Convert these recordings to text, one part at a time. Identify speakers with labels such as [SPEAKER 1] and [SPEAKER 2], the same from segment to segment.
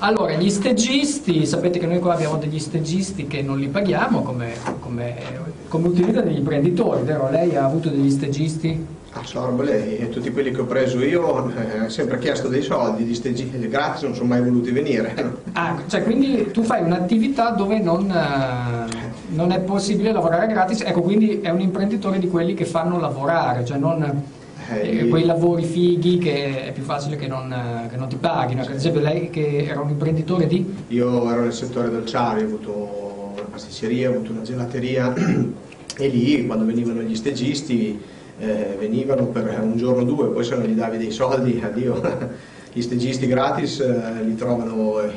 [SPEAKER 1] Allora, gli stagisti, sapete che noi qua abbiamo degli stagisti che non li paghiamo come, come, come utilizza degli imprenditori, vero? Lei ha avuto degli stagisti?
[SPEAKER 2] Ah, sorbo lei e tutti quelli che ho preso io eh, ha sempre chiesto dei soldi, gli stagisti gratis non sono mai voluti venire.
[SPEAKER 1] Ah, cioè quindi tu fai un'attività dove non, eh, non è possibile lavorare gratis, ecco quindi è un imprenditore di quelli che fanno lavorare, cioè non eh,
[SPEAKER 2] gli-
[SPEAKER 1] quei lavori fighi che è più facile che non, eh, che non ti paghino. Ecco, Ad esempio lei che era un imprenditore di...
[SPEAKER 2] Io ero nel settore dolciario, ho avuto una pasticceria, ho avuto una gelateria e lì quando venivano gli stagisti eh, venivano per un giorno o due, poi se non gli davi dei soldi, addio. Gli stagisti gratis eh, li trovano eh,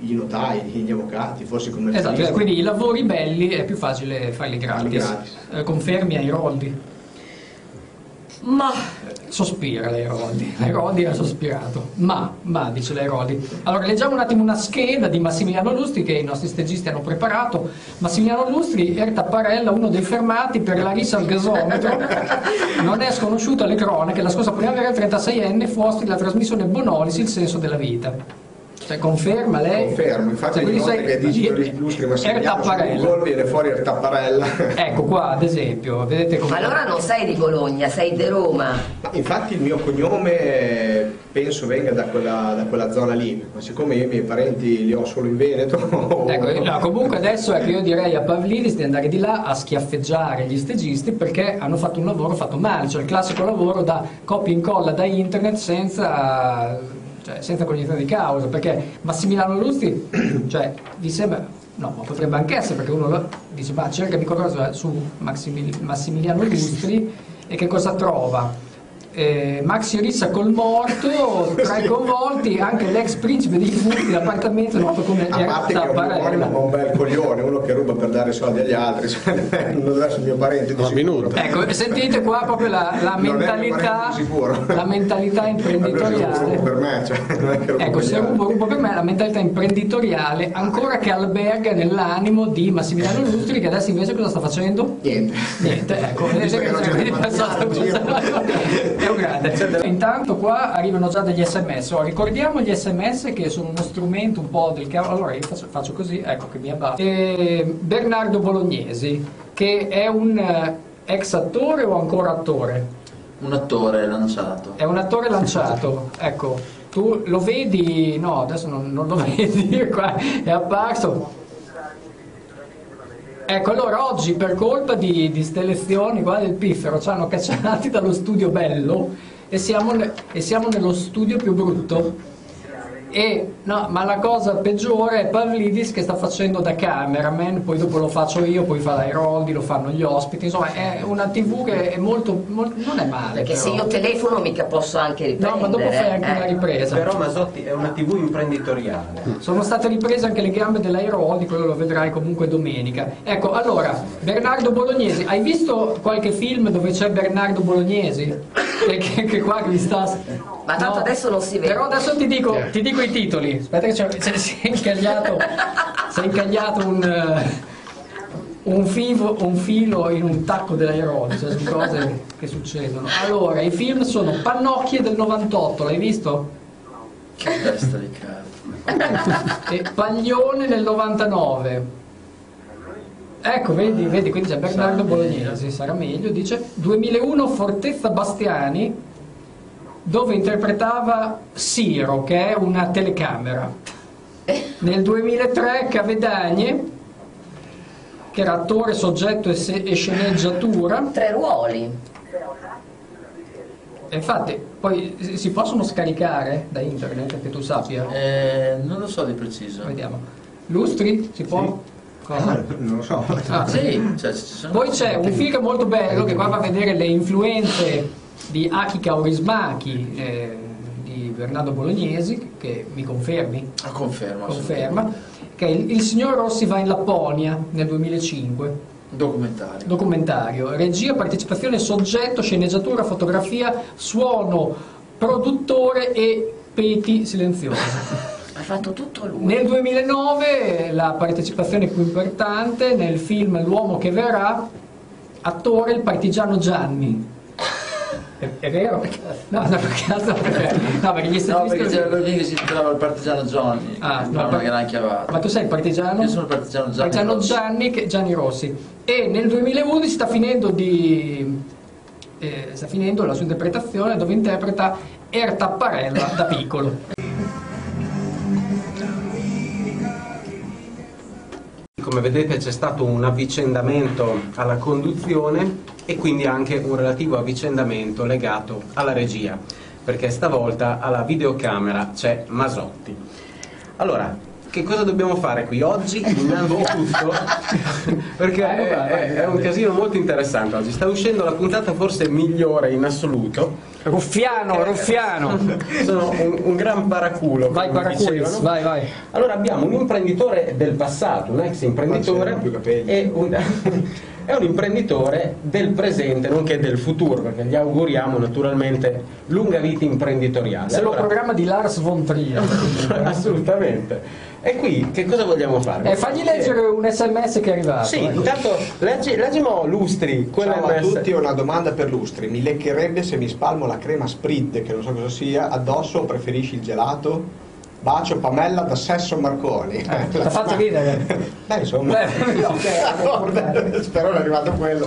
[SPEAKER 2] i notai, gli avvocati, forse i commercianti.
[SPEAKER 1] Esatto, eh, quindi i lavori belli è più facile farli
[SPEAKER 2] Farli
[SPEAKER 1] gratis.
[SPEAKER 2] gratis.
[SPEAKER 1] Eh, confermi ai Roldi.
[SPEAKER 3] Ma
[SPEAKER 1] Sospira l'Erodi, l'Erodi ha sospirato, ma, ma dice l'Erodi. Allora leggiamo un attimo una scheda di Massimiliano Lustri che i nostri stagisti hanno preparato. Massimiliano Lustri, Erta Parella, uno dei fermati per la rissa al gasometro. Non è sconosciuto alle cronache, la scorsa primavera il 36enne fu ospite della trasmissione Bonolis, il senso della vita. Cioè conferma lei?
[SPEAKER 2] Confermo,
[SPEAKER 1] cioè,
[SPEAKER 2] infatti ogni volta che dici quello illustri Massimiliano su
[SPEAKER 1] Ertapparella.
[SPEAKER 2] Google viene fuori il tapparella.
[SPEAKER 1] Ecco qua ad esempio, vedete come...
[SPEAKER 3] allora non sei di Bologna, sei di Roma.
[SPEAKER 2] Ma Infatti il mio cognome eh, penso venga da quella, da quella zona lì, ma siccome io i miei parenti li ho solo in Veneto,
[SPEAKER 1] Ecco, no, comunque adesso ecco, io direi a Pavlidis di andare di là a schiaffeggiare gli stagisti perché hanno fatto un lavoro fatto male, cioè il classico lavoro da copia e incolla da internet senza, cioè, senza cognizione di causa, perché Massimiliano Lustri, cioè, vi sembra... No, ma potrebbe anche essere perché uno lo- dice, ma cerca di qualcosa su Maximil- Massimiliano Lustri e che cosa trova? Eh, Maxi Rissa col morto, tra i convolti anche l'ex principe dei defunti dell'appartamento noto come
[SPEAKER 2] a parte che
[SPEAKER 1] Erta
[SPEAKER 2] è un
[SPEAKER 1] Barella.
[SPEAKER 2] buon, un bel coglione, uno che ruba per dare soldi agli altri, cioè, non deve essere mio parente di
[SPEAKER 4] Ma
[SPEAKER 2] sicuro.
[SPEAKER 4] minuta.
[SPEAKER 1] Ecco, sentite qua proprio la, la
[SPEAKER 2] Non è un
[SPEAKER 1] mentalità,
[SPEAKER 2] parente sicuro.
[SPEAKER 1] la mentalità
[SPEAKER 2] Allora se rubo, rubo per
[SPEAKER 1] imprenditoriale.
[SPEAKER 2] me, cioè, non è che rubo
[SPEAKER 1] Ecco,
[SPEAKER 2] per gli
[SPEAKER 1] se
[SPEAKER 2] altri.
[SPEAKER 1] rubo, rubo per me, la mentalità imprenditoriale ancora che alberga nell'animo di Massimiliano Lustri, che adesso invece cosa sta facendo?
[SPEAKER 2] Niente.
[SPEAKER 1] Niente, ecco, vedete
[SPEAKER 2] Visto
[SPEAKER 1] che
[SPEAKER 2] che non c'è
[SPEAKER 1] quindi
[SPEAKER 2] il
[SPEAKER 1] pensate
[SPEAKER 2] vantaggio.
[SPEAKER 1] a questa- è un grande. Intanto qua arrivano già degli sms. Ora, ricordiamo gli sms che sono uno strumento un po' del cavolo. Allora io faccio, faccio così, ecco che mi abbatto. Eh, Bernardo Bolognesi, che è un eh, ex attore o ancora attore?
[SPEAKER 5] Un attore lanciato.
[SPEAKER 1] È un attore lanciato, ecco. Tu lo vedi? No, adesso non, non lo vedi, qua è apparso. Ecco, allora oggi per colpa di, di ste lezioni qua del piffero ci hanno cacciati dallo studio bello e siamo, ne- e siamo nello studio più brutto. E, no, ma la cosa peggiore è Pavlidis che sta facendo da cameraman, poi dopo lo faccio io, poi fa i rolli, lo fanno gli ospiti, insomma è una tv che è molto, mol- non è male.
[SPEAKER 3] Perché se
[SPEAKER 1] però.
[SPEAKER 3] io telefono mica posso anche
[SPEAKER 1] No,
[SPEAKER 3] riprendere.
[SPEAKER 1] ma dopo fai anche
[SPEAKER 3] eh.
[SPEAKER 1] una ripresa.
[SPEAKER 6] Però Masotti è una TV imprenditoriale.
[SPEAKER 1] Sono state riprese anche le gambe dell'Airoldi, quello lo vedrai comunque domenica. Ecco, allora, Bernardo Bolognesi, hai visto qualche film dove c'è Bernardo Bolognesi? Perché che qua mi sta...
[SPEAKER 3] Ma tanto adesso non si vede.
[SPEAKER 1] Però adesso ti dico, ti dico i titoli. Aspetta che c'è- c'è- si è incagliato, si è incagliato un, eh, un, fivo- un filo in un tacco dell'aeroldi, cioè sono cose che succedono. Allora, i film sono Pannocchie del 98, l'hai visto?
[SPEAKER 5] Che testa di cazzo.
[SPEAKER 1] e Paglione nel 99. Ecco, vedi, vedi, quindi c'è Bernardo
[SPEAKER 5] Sarà meglio.
[SPEAKER 1] Bolognesi, sarà meglio, dice 2001 Fortezza Bastiani, dove interpretava Siro, che è una telecamera. Nel 2003 Cavedagne, che era attore, soggetto e, se- e sceneggiatura.
[SPEAKER 3] Tre ruoli.
[SPEAKER 1] E infatti, poi si- si possono scaricare da internet, che tu sappia.
[SPEAKER 5] Eh, non lo so di preciso.
[SPEAKER 1] Vediamo. Lustri, si può? Cosa?
[SPEAKER 2] Ah, non lo so.
[SPEAKER 1] Ah,
[SPEAKER 5] Sì, cioè, ci sono-
[SPEAKER 1] Poi c'è un film molto bello che qua va a vedere le influenze di Aki Kaurismachi eh, di Bernardo Bolognesi, che mi confermi,
[SPEAKER 5] Ah, confermo.
[SPEAKER 1] conferma, che è il, il signor Rossi va in Lapponia nel 2005,
[SPEAKER 5] Documentario.
[SPEAKER 1] documentario, regia, partecipazione, soggetto, sceneggiatura, fotografia, suono, produttore e peti silenzioso.
[SPEAKER 3] Ha fatto tutto lui.
[SPEAKER 1] Nel 2009 la partecipazione più importante nel film L'uomo che verrà, attore il partigiano Gianni. È, è vero? Perché, no, no, perché, altro- perché- no, perché gli
[SPEAKER 5] No,
[SPEAKER 1] stagisti...
[SPEAKER 5] perché c'era lui che si trovava il partigiano Johnny.
[SPEAKER 1] Ah, no,
[SPEAKER 5] no, una
[SPEAKER 1] par-
[SPEAKER 5] gran chiavata.
[SPEAKER 1] ma tu sei il partigiano?
[SPEAKER 5] Io sono il partigiano Gianni
[SPEAKER 1] Partigiano
[SPEAKER 5] Rossi.
[SPEAKER 1] Gianni, che- Gianni Rossi. E nel 2011 sta finendo di... eh, sta finendo la sua interpretazione dove interpreta Erta Parella da piccolo.
[SPEAKER 4] Come vedete c'è stato un avvicendamento alla conduzione e quindi anche un relativo avvicendamento legato alla regia, perché stavolta alla videocamera c'è Masotti. Allora, che cosa dobbiamo fare qui oggi? Innanzitutto, perché è, è- è un casino molto interessante oggi, sta uscendo la puntata forse migliore in assoluto.
[SPEAKER 1] Ruffiano, Ruffiano!
[SPEAKER 4] Sono un, un gran paraculo.
[SPEAKER 1] Vai
[SPEAKER 4] come
[SPEAKER 1] Paraculis,
[SPEAKER 4] dicevano.
[SPEAKER 1] vai, vai.
[SPEAKER 4] Allora abbiamo un imprenditore del passato, un ex imprenditore
[SPEAKER 2] Ma c'erano più capelli.
[SPEAKER 4] e un, e un imprenditore del presente, nonché del futuro, perché gli auguriamo naturalmente lunga vita imprenditoriale.
[SPEAKER 1] Ah, Se lo
[SPEAKER 4] Allora-
[SPEAKER 1] programma di Lars von Trier.
[SPEAKER 4] assolutamente. E qui che cosa vogliamo fare?
[SPEAKER 1] Eh, fagli leggere un sms che è arrivato.
[SPEAKER 4] Sì,
[SPEAKER 1] ecco.
[SPEAKER 4] intanto leggi, leggimo Lustri, quella
[SPEAKER 2] Ciao a
[SPEAKER 4] MS.
[SPEAKER 2] tutti, ho una domanda per Lustri. Mi leccherebbe se mi spalmo la crema Sprid, che non so cosa sia, addosso o preferisci il gelato? Bacio Pamella da Sesso Marconi.
[SPEAKER 1] L'ha fatto ridere.
[SPEAKER 2] Beh, insomma.
[SPEAKER 1] Eh. Beh, ok.
[SPEAKER 2] Spero è arrivato quello.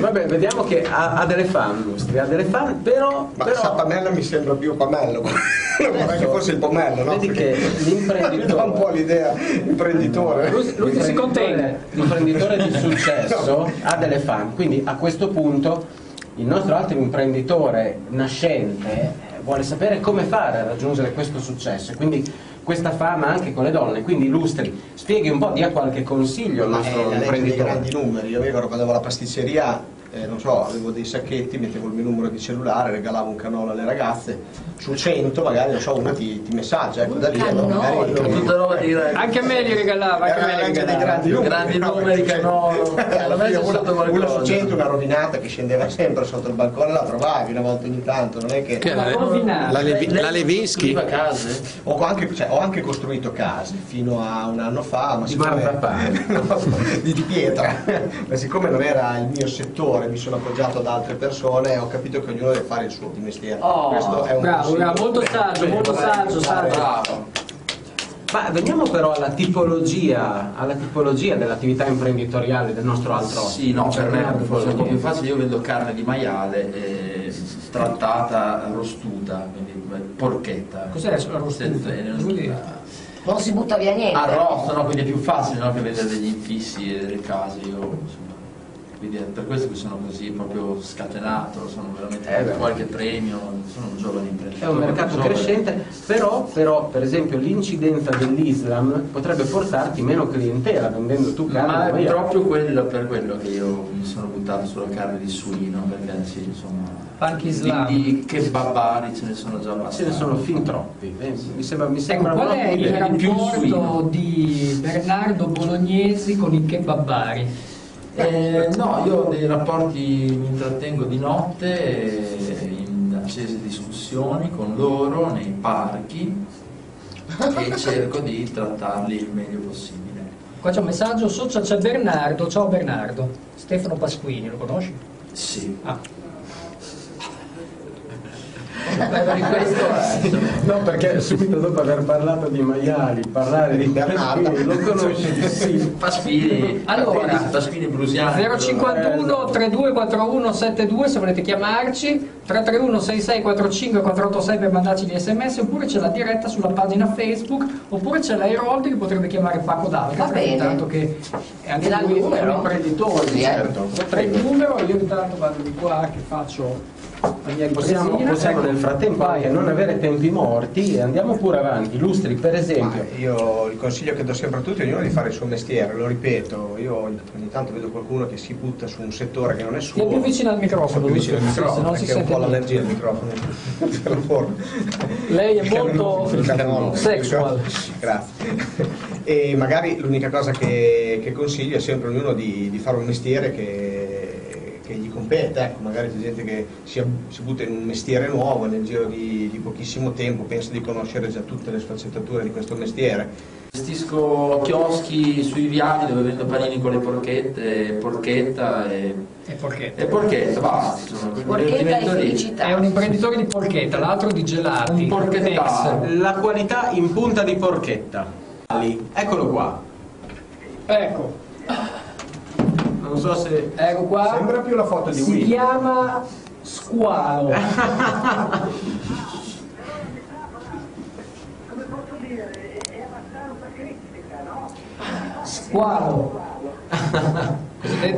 [SPEAKER 4] Vabbè, vediamo che ha, ha delle fan Lustri, ha delle fan, però...
[SPEAKER 2] Ma
[SPEAKER 4] però-
[SPEAKER 2] sa Pamella mi sembra più Pamello. Vorrei che fosse il Pomello, no?
[SPEAKER 4] Vedi che
[SPEAKER 2] Mi dà un po'
[SPEAKER 4] l'imprenditore...
[SPEAKER 2] l'idea, imprenditore.
[SPEAKER 1] Lustri- Lustri si contiene.
[SPEAKER 4] L'imprenditore di successo ha delle fan, quindi a questo punto il nostro altro imprenditore nascente eh, vuole sapere come fare a raggiungere questo successo e quindi questa fama anche con le donne. Quindi Lustri, spieghi un po', dia qualche consiglio al
[SPEAKER 2] Eh, la
[SPEAKER 4] nostro
[SPEAKER 2] legge dei grandi
[SPEAKER 4] imprenditore.
[SPEAKER 2] numeri. Io mi ricordo quando avevo la pasticceria, eh, non so, avevo dei sacchetti, mettevo il mio numero di cellulare, regalavo un canolo alle ragazze. Su 100 magari, non so, uno ti, ti messaggia, ecco, da lì.
[SPEAKER 3] Un
[SPEAKER 2] allora magari-
[SPEAKER 3] canolo.
[SPEAKER 5] Tutta roba di
[SPEAKER 1] Anche a me li regalava, anche a
[SPEAKER 2] Era
[SPEAKER 1] me
[SPEAKER 2] la
[SPEAKER 1] li
[SPEAKER 2] legge dei
[SPEAKER 1] regalava.
[SPEAKER 2] grandi numeri.
[SPEAKER 5] Grandi numeri, canolo.
[SPEAKER 2] Alla
[SPEAKER 5] Alla
[SPEAKER 2] fine
[SPEAKER 5] mezza
[SPEAKER 2] una,
[SPEAKER 5] sotto il
[SPEAKER 2] una su
[SPEAKER 5] balcone.
[SPEAKER 2] 100, una rovinata che scendeva sempre sotto il balcone, la trovavi una volta ogni tanto, non è che...
[SPEAKER 7] Che è la,
[SPEAKER 1] rovinata.
[SPEAKER 7] la, Levi- la Levinsky?
[SPEAKER 5] Viva case.
[SPEAKER 2] Ho anche, cioè, ho anche costruito case fino a un anno fa, ma
[SPEAKER 4] Di
[SPEAKER 2] siccome-
[SPEAKER 4] marmapane.
[SPEAKER 2] No, di, di pietra, ma siccome non era il mio settore, mi sono appoggiato ad altre persone, ho capito che ognuno deve fare il suo di mestiere.
[SPEAKER 5] Oh,
[SPEAKER 2] Questo è un
[SPEAKER 1] Bravo,
[SPEAKER 2] consiglio.
[SPEAKER 1] bravo, molto saggio, molto saggio, saggio.
[SPEAKER 5] Bravo.
[SPEAKER 4] Ma veniamo però alla tipologia, alla tipologia dell'attività imprenditoriale del nostro altro.
[SPEAKER 5] Sì, no, per me
[SPEAKER 4] Bernardo
[SPEAKER 5] forse è un po' più
[SPEAKER 4] Fognini.
[SPEAKER 5] facile, io vedo carne di maiale eh, trattata, rostuta, quindi eh, porchetta.
[SPEAKER 1] Cos'è la rostuta?
[SPEAKER 5] Eh,
[SPEAKER 1] Vuol dire?
[SPEAKER 3] Non si butta via niente.
[SPEAKER 5] Arrosto, no? Quindi è più facile no, che vedere degli infissi e delle case, io insomma. Quindi è per questo che sono così proprio scatenato, sono veramente
[SPEAKER 4] Eh, beh.
[SPEAKER 5] qualche premio, sono un giovane
[SPEAKER 4] È
[SPEAKER 5] imprenditore.
[SPEAKER 4] un mercato
[SPEAKER 5] giovane.
[SPEAKER 4] crescente, però, però, per esempio l'incidenza dell'Islam potrebbe portarti meno clientela vendendo tu carne.
[SPEAKER 5] Ma è
[SPEAKER 4] maiale.
[SPEAKER 5] proprio quello per quello che io mi sono buttato sulla carne di suino, perché sì, insomma.
[SPEAKER 1] Anche Islam.
[SPEAKER 5] Di, che babbari ce ne sono già abbastanza.
[SPEAKER 4] Ce ne sono fin troppi. eh, Mi sembra, mi sembra
[SPEAKER 1] Ecco, qual
[SPEAKER 4] proprio
[SPEAKER 1] è il
[SPEAKER 4] che- più
[SPEAKER 1] rapporto
[SPEAKER 4] suino.
[SPEAKER 1] di Bernardo Bolognesi con i kebabari?
[SPEAKER 5] Eh, no, io ho dei rapporti, mi intrattengo di notte eh, in accese discussioni con loro nei parchi e cerco di trattarli il meglio possibile.
[SPEAKER 1] Qua c'è un messaggio social, c'è Bernardo, ciao Bernardo, Stefano Pasquini, lo conosci?
[SPEAKER 5] Sì.
[SPEAKER 1] Ah.
[SPEAKER 5] Beh, questo
[SPEAKER 1] eh.
[SPEAKER 5] è. insomma,
[SPEAKER 4] No, perché subito dopo aver parlato di maiali, parlare di
[SPEAKER 2] Bernardo.
[SPEAKER 4] lo conosci, sì.
[SPEAKER 5] Pasquini,
[SPEAKER 1] Allora,
[SPEAKER 5] Pasquini- Pasquini Brusiani.
[SPEAKER 1] 051 3241 72 se volete chiamarci 331 6645 486 per mandarci gli sms oppure c'è la diretta sulla pagina Facebook oppure c'è l'Airoldi che potrebbe chiamare Paco D'Alca
[SPEAKER 3] Va bene.
[SPEAKER 1] tanto che è
[SPEAKER 3] Mi
[SPEAKER 1] anche
[SPEAKER 3] dà il
[SPEAKER 1] lui è un
[SPEAKER 3] numero?
[SPEAKER 1] imprenditore
[SPEAKER 3] Sì, eh.
[SPEAKER 1] certo. il numero io intanto vado di qua che faccio la mia
[SPEAKER 4] eh, Possiamo,
[SPEAKER 1] ripresina.
[SPEAKER 4] possiamo nel frattempo anche non avere tempi morti e andiamo pure avanti. Lustri, per
[SPEAKER 2] Ma
[SPEAKER 4] esempio,
[SPEAKER 2] io il consiglio che do sempre a tutti è ognuno di fare il suo mestiere, lo ripeto, io ogni tanto vedo qualcuno che si butta su un settore che non è suo.
[SPEAKER 1] Ti è più vicino al microfono,
[SPEAKER 2] Più vicino al
[SPEAKER 1] Lucio,
[SPEAKER 2] microfono,
[SPEAKER 1] se non si
[SPEAKER 2] perché è un
[SPEAKER 1] sente
[SPEAKER 2] po'
[SPEAKER 1] bene.
[SPEAKER 2] l'allergia al microfono. Te lo forno.
[SPEAKER 1] Lei è
[SPEAKER 2] Il canolo-
[SPEAKER 1] molto
[SPEAKER 2] il canolo-
[SPEAKER 1] sexual.
[SPEAKER 2] Grazie. E magari l'unica cosa che, che consiglio è sempre ognuno di, di fare un mestiere che, che che gli compete, ecco, magari c'è gente che si, si butta in un mestiere nuovo nel giro di, di pochissimo tempo, pensa di conoscere già tutte le sfaccettature di questo mestiere.
[SPEAKER 5] Gestisco chioschi sui viali dove vendo panini con le porchette, porchetta e,
[SPEAKER 1] E perché?
[SPEAKER 5] e porchetta, basta, insomma, quel
[SPEAKER 3] Porchetta e
[SPEAKER 5] divertimento lì.
[SPEAKER 3] felicità.
[SPEAKER 1] È un imprenditore di porchetta, l'altro di gelati.
[SPEAKER 5] Un porchettaro.
[SPEAKER 1] Ex.
[SPEAKER 4] La qualità in punta di porchetta. Ali, Eccolo qua.
[SPEAKER 1] Ecco,
[SPEAKER 4] Non so se...
[SPEAKER 1] ecco qua.
[SPEAKER 2] Sembra più la foto di
[SPEAKER 1] si
[SPEAKER 2] Wii.
[SPEAKER 1] chiama Squalo. Squalo.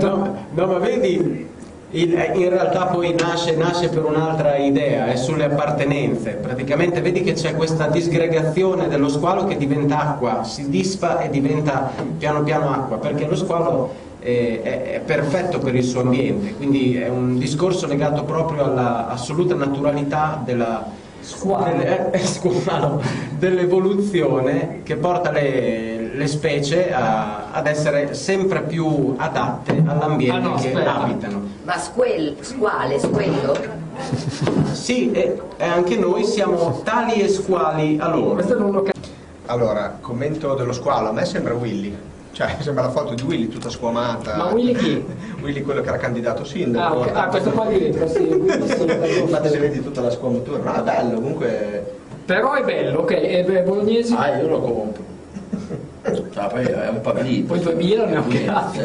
[SPEAKER 4] No, no, ma vedi, il- in realtà poi nasce, nasce per un'altra idea, è sulle appartenenze. Praticamente vedi che c'è questa disgregazione dello squalo che diventa acqua, si disfa e diventa piano piano acqua, perché lo squalo eh, è, è perfetto per il suo ambiente, quindi è un discorso legato proprio alla assoluta naturalità della...
[SPEAKER 1] Squalo.
[SPEAKER 4] delle- eh, squalo, dell'evoluzione che porta le, le specie a- ad essere sempre più adatte all'ambiente
[SPEAKER 1] Ah, no,
[SPEAKER 4] che
[SPEAKER 1] aspetta.
[SPEAKER 4] abitano.
[SPEAKER 3] Ma squel, squale, squello?
[SPEAKER 4] Sì, e, e anche noi siamo tali e squali a loro.
[SPEAKER 1] Questo non lo capisco.
[SPEAKER 2] Allora, commento dello squalo, a me sembra Willy. Cioè, sembra la foto di Willy tutta squamata.
[SPEAKER 1] Ma Willy chi?
[SPEAKER 2] Willy quello che era candidato sindaco.
[SPEAKER 1] Ah, ok. Ah, questo qua di dentro, sì, quindi sì,
[SPEAKER 2] Infatti si
[SPEAKER 1] d'accordo.
[SPEAKER 2] vede tutta la squamatura, ma è bello, comunque
[SPEAKER 1] Però è bello, ok, è è bolognese.
[SPEAKER 5] Ah, io lo compro. Cioè, poi è un pavlino.
[SPEAKER 1] Poi 2000 ne ho cazzo.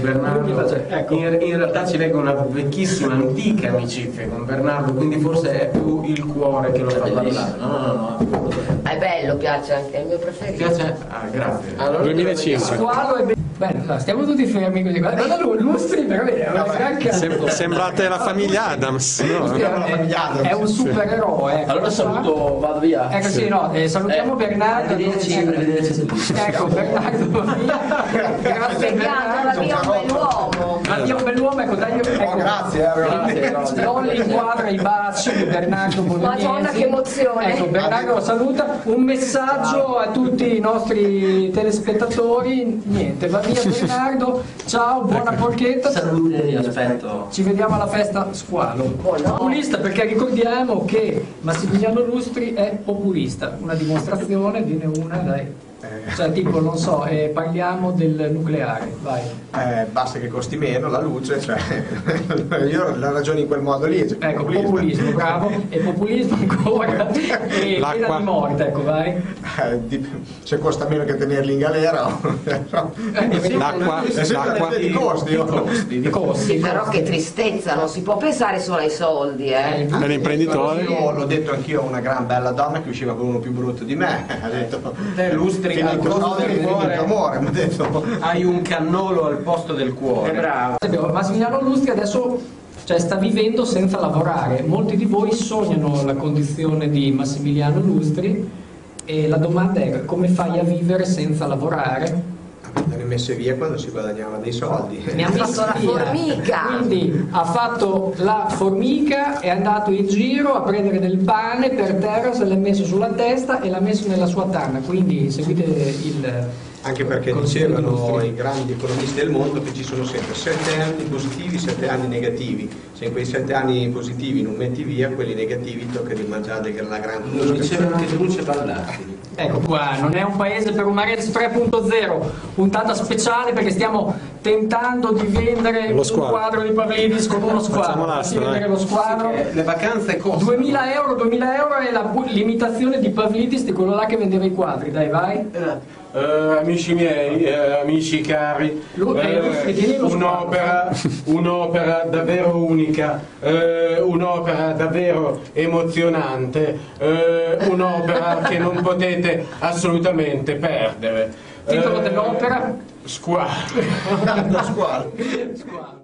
[SPEAKER 4] Bernardo,
[SPEAKER 1] Cioè, ecco.
[SPEAKER 4] in, in realtà ci leggo una vecchissima, antica amicizia con Bernardo, quindi forse è più il cuore che lo
[SPEAKER 5] È
[SPEAKER 4] fa
[SPEAKER 5] Cioè, bellissimo.
[SPEAKER 4] parlare.
[SPEAKER 5] No, no, no, no.
[SPEAKER 3] È bello, piace anche, è il mio
[SPEAKER 4] Ti
[SPEAKER 3] preferito.
[SPEAKER 4] piace? Ah, grazie.
[SPEAKER 5] Allora,
[SPEAKER 7] 2005.
[SPEAKER 1] Squalo è bello. Bene, no, stiamo tutti fermi così. Guarda, guarda lui, lustri, però è una gran
[SPEAKER 7] Sem-
[SPEAKER 1] cazzo.
[SPEAKER 7] sembrate la famiglia Adams, no?
[SPEAKER 1] Lustri è-
[SPEAKER 2] Sembra la famiglia Adams.
[SPEAKER 1] eh, È un supereroe. ecco.
[SPEAKER 5] Allora saluto, vado via.
[SPEAKER 1] Ecco sì, no, eh, salutiamo
[SPEAKER 5] Eh,
[SPEAKER 1] Bernardo.
[SPEAKER 5] arrivederci, arrivederci a tutti.
[SPEAKER 1] Ecco, Bernardo. Grazie
[SPEAKER 3] Peccato, la
[SPEAKER 1] Bernardo.
[SPEAKER 3] mia è un bell'uomo.
[SPEAKER 1] Mattia Bell'uomo, ecco, dai,
[SPEAKER 2] Oh, grazie, eh, veramente.
[SPEAKER 1] Lolli inquadra i baci di Bernardo Bolognesi.
[SPEAKER 3] Madonna, che emozione.
[SPEAKER 1] Ecco, Bernardo lo saluta. Un messaggio a tutti i nostri telespettatori. Niente, va via Bernardo. Ciao, buona
[SPEAKER 5] Ecco.
[SPEAKER 1] porchetta.
[SPEAKER 5] Salute, aspetto.
[SPEAKER 1] Ci vediamo alla festa squalo.
[SPEAKER 3] Buono.
[SPEAKER 1] Populista perché ricordiamo che Massimiliano Lustri è populista. Una dimostrazione, viene una, dai. Cioè, tipo, non so, eh, parliamo del nucleare, vai.
[SPEAKER 2] eh, basta che costi meno la luce, cioè io la ragiono in quel modo lì. cioè,
[SPEAKER 1] Ecco, populismo, bravo, e populismo ancora, e pena
[SPEAKER 7] L'acqua.
[SPEAKER 1] di morte, ecco, vai.
[SPEAKER 2] Eh, di- se costa meno che tenerli in galera, Eh,
[SPEAKER 7] L'acqua,
[SPEAKER 2] è sempre
[SPEAKER 7] l'acqua.
[SPEAKER 2] l'acqua di costi. oh.
[SPEAKER 1] I costi.
[SPEAKER 3] Sì, però che tristezza, non si può pensare solo ai soldi, eh.
[SPEAKER 7] Per l'imprenditore.
[SPEAKER 2] Io l'ho detto anch'io a una gran bella donna che usciva con uno più brutto di me. Ha detto:
[SPEAKER 4] Te lustri
[SPEAKER 2] "Finito
[SPEAKER 4] al costo
[SPEAKER 2] soldi,
[SPEAKER 4] del
[SPEAKER 2] finito
[SPEAKER 4] cuore."
[SPEAKER 2] amore", mi ha detto.
[SPEAKER 4] Hai un cannolo al posto del
[SPEAKER 5] Eh,
[SPEAKER 4] cuore.
[SPEAKER 1] Ad esempio, Massimiliano Lustri adesso cioè, sta vivendo senza lavorare. Molti di voi sognano la condizione di Massimiliano Lustri e la domanda è come fai a vivere senza lavorare?
[SPEAKER 2] Andare messe via quando si guadagnava dei soldi.
[SPEAKER 1] Ne ha messo
[SPEAKER 3] fatto la
[SPEAKER 1] via.
[SPEAKER 3] formica.
[SPEAKER 1] eh. Quindi ha fatto la formica, è andato in giro a prendere del pane per terra, se l'è messo sulla testa e l'ha messo nella sua tana. Quindi seguite il
[SPEAKER 2] Anche perché
[SPEAKER 1] consiglio di
[SPEAKER 2] dicevano
[SPEAKER 1] Lustri.
[SPEAKER 2] i grandi economisti del mondo che ci sono sempre 7 anni positivi, 7 anni negativi. Se in quei 7 anni positivi non metti via, quelli negativi tocca di mangiare del- la gran
[SPEAKER 5] Lo dicevano anche Truce Ballatti.
[SPEAKER 1] Ecco qua, non è un paese per un Marez 3.0, puntata speciale perché stiamo tentando di vendere
[SPEAKER 7] Lo
[SPEAKER 1] un
[SPEAKER 7] squadro.
[SPEAKER 1] quadro di Pavlidis con uno squadro.
[SPEAKER 7] Facciamo l'asta,
[SPEAKER 1] Fatti vedere
[SPEAKER 7] dai.
[SPEAKER 1] lo squadro.
[SPEAKER 4] Eh, Le vacanze costano.
[SPEAKER 1] 2000 euro, 2000 euro è la bu- l'imitazione di Pavlidis di quello là che vendeva i quadri, dai vai.
[SPEAKER 8] Eh, amici miei, eh, amici cari,
[SPEAKER 1] Lu- eh, Lustri, tieni lo sguardo.
[SPEAKER 8] un'opera, un'opera davvero unica, eh, un'opera davvero emozionante, eh, un'opera che non potete assolutamente perdere. Eh,
[SPEAKER 1] Titolo dell'opera?
[SPEAKER 8] Squadro.
[SPEAKER 2] da squalo.
[SPEAKER 1] Squadro.